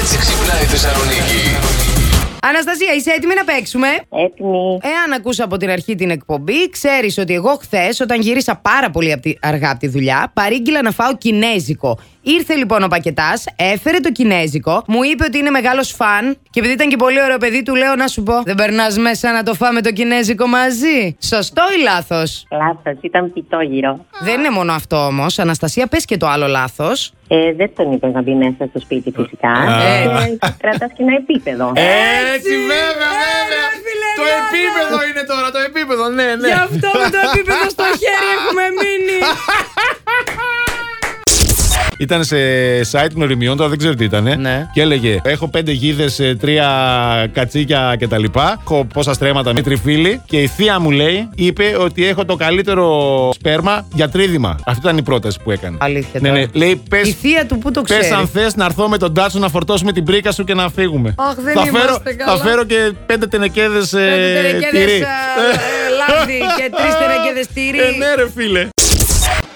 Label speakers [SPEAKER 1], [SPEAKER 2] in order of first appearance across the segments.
[SPEAKER 1] έτσι ξυπνάει η Θεσσαλονίκη.
[SPEAKER 2] Αναστασία, είσαι έτοιμη να παίξουμε.
[SPEAKER 3] Έτοιμη.
[SPEAKER 2] Εάν ακούσα από την αρχή την εκπομπή, ξέρεις ότι εγώ χθες, όταν γύρισα πάρα πολύ απ' τη- αργά από τη δουλειά, παρήγγειλα να φάω κινέζικο. Ήρθε λοιπόν ο πακετάς, έφερε το κινέζικο, μου είπε ότι είναι μεγάλος φαν και επειδή ήταν και πολύ ωραίο παιδί, του λέω να σου πω: Δεν περνάς μέσα να το φάμε το κινέζικο μαζί. Σωστό ή λάθος.
[SPEAKER 3] Λάθος, ήταν πιτό γύρω.
[SPEAKER 2] Δεν είναι μόνο αυτό όμως. Αναστασία, πες και το άλλο λάθος.
[SPEAKER 3] Ε, δεν τον είπες να μπει μέσα στο σπίτι φυσικά. Ε, Κρατάς και ένα επίπεδο.
[SPEAKER 4] Ε. Έτσι, βέβαια,
[SPEAKER 2] Έλα,
[SPEAKER 4] βέβαια.
[SPEAKER 2] φίλε,
[SPEAKER 4] Το
[SPEAKER 2] Ελλάδα.
[SPEAKER 4] επίπεδο είναι τώρα, το επίπεδο, ναι, ναι.
[SPEAKER 2] Γι' αυτό με το επίπεδο στο χέρι έχουμε μείνει.
[SPEAKER 4] Ήταν σε site γνωριμιών, τώρα δεν ξέρω τι ήταν.
[SPEAKER 2] Ναι.
[SPEAKER 4] Και έλεγε: Έχω πέντε γίδες, τρία κατσίκια κτλ. Έχω πόσα στρέμματα με τριφύλι. Και η θεία μου λέει: Είπε ότι έχω το καλύτερο σπέρμα για τρίδημα. Αυτή ήταν η πρόταση που έκανε.
[SPEAKER 2] Αλήθεια
[SPEAKER 4] Ναι,
[SPEAKER 2] τώρα.
[SPEAKER 4] ναι. Λέει: Πες.
[SPEAKER 2] Η θεία του που το ξέρει.
[SPEAKER 4] Πες αν θες να έρθω με τον τάτσο να φορτώσουμε την πρίκα σου και να φύγουμε.
[SPEAKER 2] Αχ, δεν
[SPEAKER 4] θα
[SPEAKER 2] είμαστε
[SPEAKER 4] φέρω,
[SPEAKER 2] καλά.
[SPEAKER 4] Θα φέρω και πέντε τενεκέδες.
[SPEAKER 2] Πέντε τενεκέδες, ε, ε, λάδι και τρεις τενεκέδες τυρί. Ναι.
[SPEAKER 4] Ε, ναι, ρε φίλε. Α,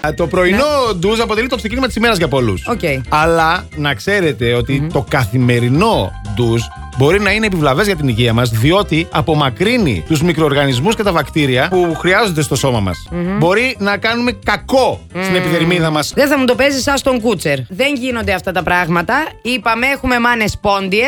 [SPEAKER 4] Ε, Το πρωινό ντουζ αποτελεί το ξεκίνημα της ημέρας για πολλούς.
[SPEAKER 2] Οκ.
[SPEAKER 4] Αλλά να ξέρετε ότι το καθημερινό ντουζ μπορεί να είναι επιβλαβές για την υγεία μας, διότι απομακρύνει τους μικροοργανισμούς και τα βακτήρια που χρειάζονται στο σώμα μας. Μπορεί να κάνουμε κακό στην επιδερμίδα μας.
[SPEAKER 2] Δεν θα μου το παίζεις σαν τον κούτσερ. Δεν γίνονται αυτά τα πράγματα. Είπαμε, έχουμε μάνες πόντιες.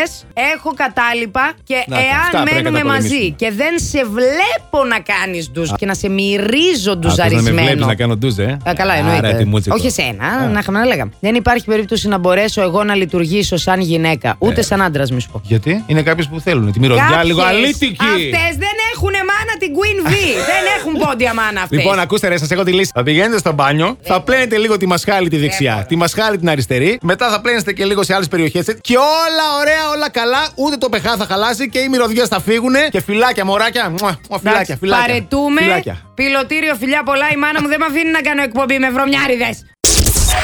[SPEAKER 2] Έχω κατάλοιπα. Και
[SPEAKER 4] Να τα, αυτά
[SPEAKER 2] εάν
[SPEAKER 4] πρέπει να
[SPEAKER 2] μένουμε μαζί
[SPEAKER 4] καταπολεμήσουμε.
[SPEAKER 2] και δεν σε βλέπω να κάνεις ντουζ και να σε μυρίζω
[SPEAKER 4] να με βλέπει
[SPEAKER 2] ντουζαρισμένο.
[SPEAKER 4] να κάνω ντουζ, ε.
[SPEAKER 2] Α, καλά,
[SPEAKER 4] Άρα,
[SPEAKER 2] εννοείται.
[SPEAKER 4] τη μούτσα
[SPEAKER 2] Όχι
[SPEAKER 4] τώρα.
[SPEAKER 2] εσένα, να χαμηλά Δεν υπάρχει περίπτωση να μπορέσω εγώ να λειτουργήσω σαν
[SPEAKER 4] Ε.
[SPEAKER 2] γυναίκα, ούτε σαν άντρας, μη σου πω.
[SPEAKER 4] Γιατί είναι κάποιες που θέλουν τη μυρωδιά λίγο αλήτικη.
[SPEAKER 2] Αυτές δεν έχουν μάνα την Queen V. δεν έχουν πόντια μάνα αυτές.
[SPEAKER 4] Λοιπόν, ακούστε ρε, σας έχω τη λύση. Θα πηγαίνετε στο μπάνιο, θα πλένετε λίγο τη μασχάλη τη δεξιά, τη μασχάλη την αριστερή, μετά θα πλένεστε και λίγο σε άλλες περιοχές και όλα ωραία, όλα καλά, ούτε το πεχά θα χαλάσει και οι μυρωδιές θα φύγουν και φυλάκια, μωράκια. Μουα, μουα, φυλάκια, φυλάκια.
[SPEAKER 2] Παρετούμε.
[SPEAKER 4] Φυλάκια.
[SPEAKER 2] Πιλωτήριο, φιλιά πολλά. Η μάνα μου δεν με αφήνει να κάνω εκπομπή με βρωμιάριδες.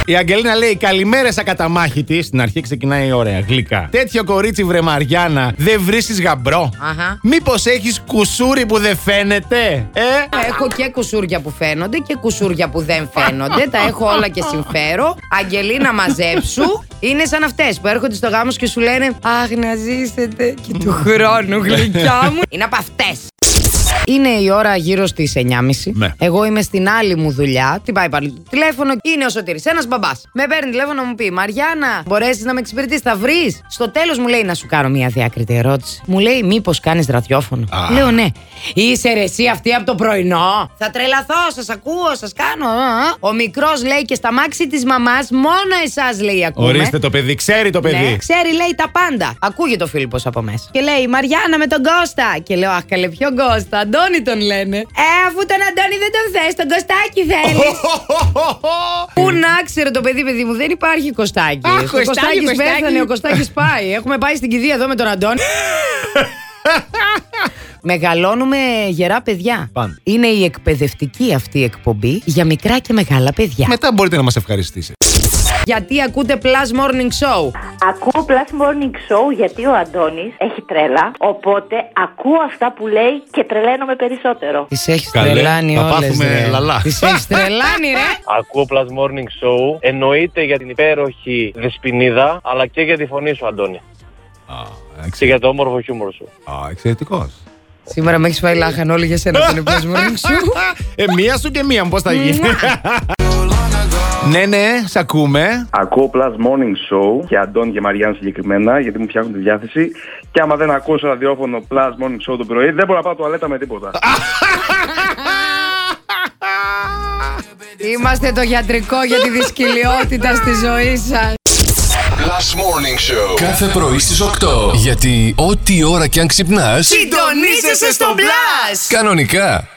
[SPEAKER 4] Η Αγγελίνα λέει: Καλημέρα, σαν καταμάχητη. Στην αρχή ξεκινάει ωραία, γλυκά. Τέτοιο κορίτσι βρε Μαριάννα, δεν βρίσκεις γαμπρό.
[SPEAKER 2] Αχα.
[SPEAKER 4] Μήπως έχεις κουσούρι που δεν φαίνεται, ε.
[SPEAKER 2] Έχω και κουσούρια που φαίνονται και κουσούρια που δεν φαίνονται. Τα έχω όλα και συμφέρω. Αγγελίνα, μαζέψου. Είναι σαν αυτές που έρχονται στο γάμος σου και σου λένε Αχ, να ζήσετε και του χρόνου γλυκιά μου. Είναι από αυτές. Είναι η ώρα γύρω στις 9.30.
[SPEAKER 4] Ναι.
[SPEAKER 2] Εγώ είμαι στην άλλη μου δουλειά. Τι πάει πάλι το τηλέφωνο. Είναι ο Σωτήρης, ένας μπαμπάς. Με παίρνει τηλέφωνο να μου πει Μαριάννα, μπορέσεις να με εξυπηρετήσει, θα βρεις. Στο τέλος μου λέει να σου κάνω μια διάκριτη ερώτηση. Μου λέει Μήπως κάνεις ραδιόφωνο.
[SPEAKER 4] Α.
[SPEAKER 2] Λέω ναι. Είσαι ρε εσύ αυτή από το πρωινό. Θα τρελαθώ, σας ακούω, σας κάνω. α, α». Ο μικρός λέει και στα μάξι της μαμάς μόνο εσάς λέει ακούμε.
[SPEAKER 4] Ορίστε το παιδί, ξέρει το παιδί.
[SPEAKER 2] Ναι, ξέρει, λέει τα πάντα. Ακούγεται ο Φίλιππος από μέσα. Και λέει Μαριάννα με τον Κώστα. Και λέω Αχ, καλέ, ποιο Κώστα. Αντώνη τον λένε. Ε, αφού τον Αντώνη δεν τον θες, τον Κωστάκι θέλεις. Πού να ξέρω το παιδί, παιδί μου, δεν υπάρχει Κωστάκι.
[SPEAKER 4] Α,
[SPEAKER 2] Ο
[SPEAKER 4] Κωστάκη,
[SPEAKER 2] Κωστάκης
[SPEAKER 4] Κωστάκη.
[SPEAKER 2] πέθανε, ο Κωστάκης πάει. Έχουμε πάει στην κηδεία εδώ με τον Αντώνη. Μεγαλώνουμε γερά παιδιά.
[SPEAKER 4] Πάντα.
[SPEAKER 2] Είναι η εκπαιδευτική αυτή η εκπομπή για μικρά και μεγάλα παιδιά.
[SPEAKER 4] Μετά μπορείτε να μας ευχαριστήσετε.
[SPEAKER 2] Γιατί ακούτε Plus Morning Show.
[SPEAKER 3] Ακούω Plus Morning Show γιατί ο Αντώνης έχει τρέλα. Οπότε ακούω αυτά που λέει και τρελαίνομαι περισσότερο.
[SPEAKER 2] Τις έχεις
[SPEAKER 4] Καλέ,
[SPEAKER 2] τρελάνει
[SPEAKER 4] θα
[SPEAKER 2] όλες
[SPEAKER 4] πάθουμε
[SPEAKER 2] ρε.
[SPEAKER 4] λαλά.
[SPEAKER 2] Τις έχεις τρελάνει, ρε.
[SPEAKER 5] Ακούω Plus Morning Show. Εννοείται για την υπέροχη δεσποινίδα, αλλά και για τη φωνή σου, Αντώνη. Και για το όμορφο χιούμορ σου.
[SPEAKER 4] Εξαιρετικός.
[SPEAKER 2] Σήμερα με έχεις φάει λάχανο όλοι για σένα τον Morning Show.
[SPEAKER 4] Ε, μία σου και μία, πώς θα γίνει. ναι, ναι, σ' ακούμε.
[SPEAKER 6] Ακούω Plus Morning Show και Αντών και Μαριάν συγκεκριμένα γιατί μου φτιάχνουν τη διάθεση. Και άμα δεν ακούσω ραδιόφωνο Plus Morning Show το πρωί, δεν μπορώ να πάω τουαλέτα με τίποτα.
[SPEAKER 2] Είμαστε το γιατρικό για τη δυσκυλιότητα στη ζωή σας.
[SPEAKER 1] Last Morning Show.
[SPEAKER 7] Κάθε πρωί στις 8. Γιατί ό,τι ώρα κι αν ξυπνάς,
[SPEAKER 2] Συντονίζεσαι στο Blast!
[SPEAKER 7] κανονικά.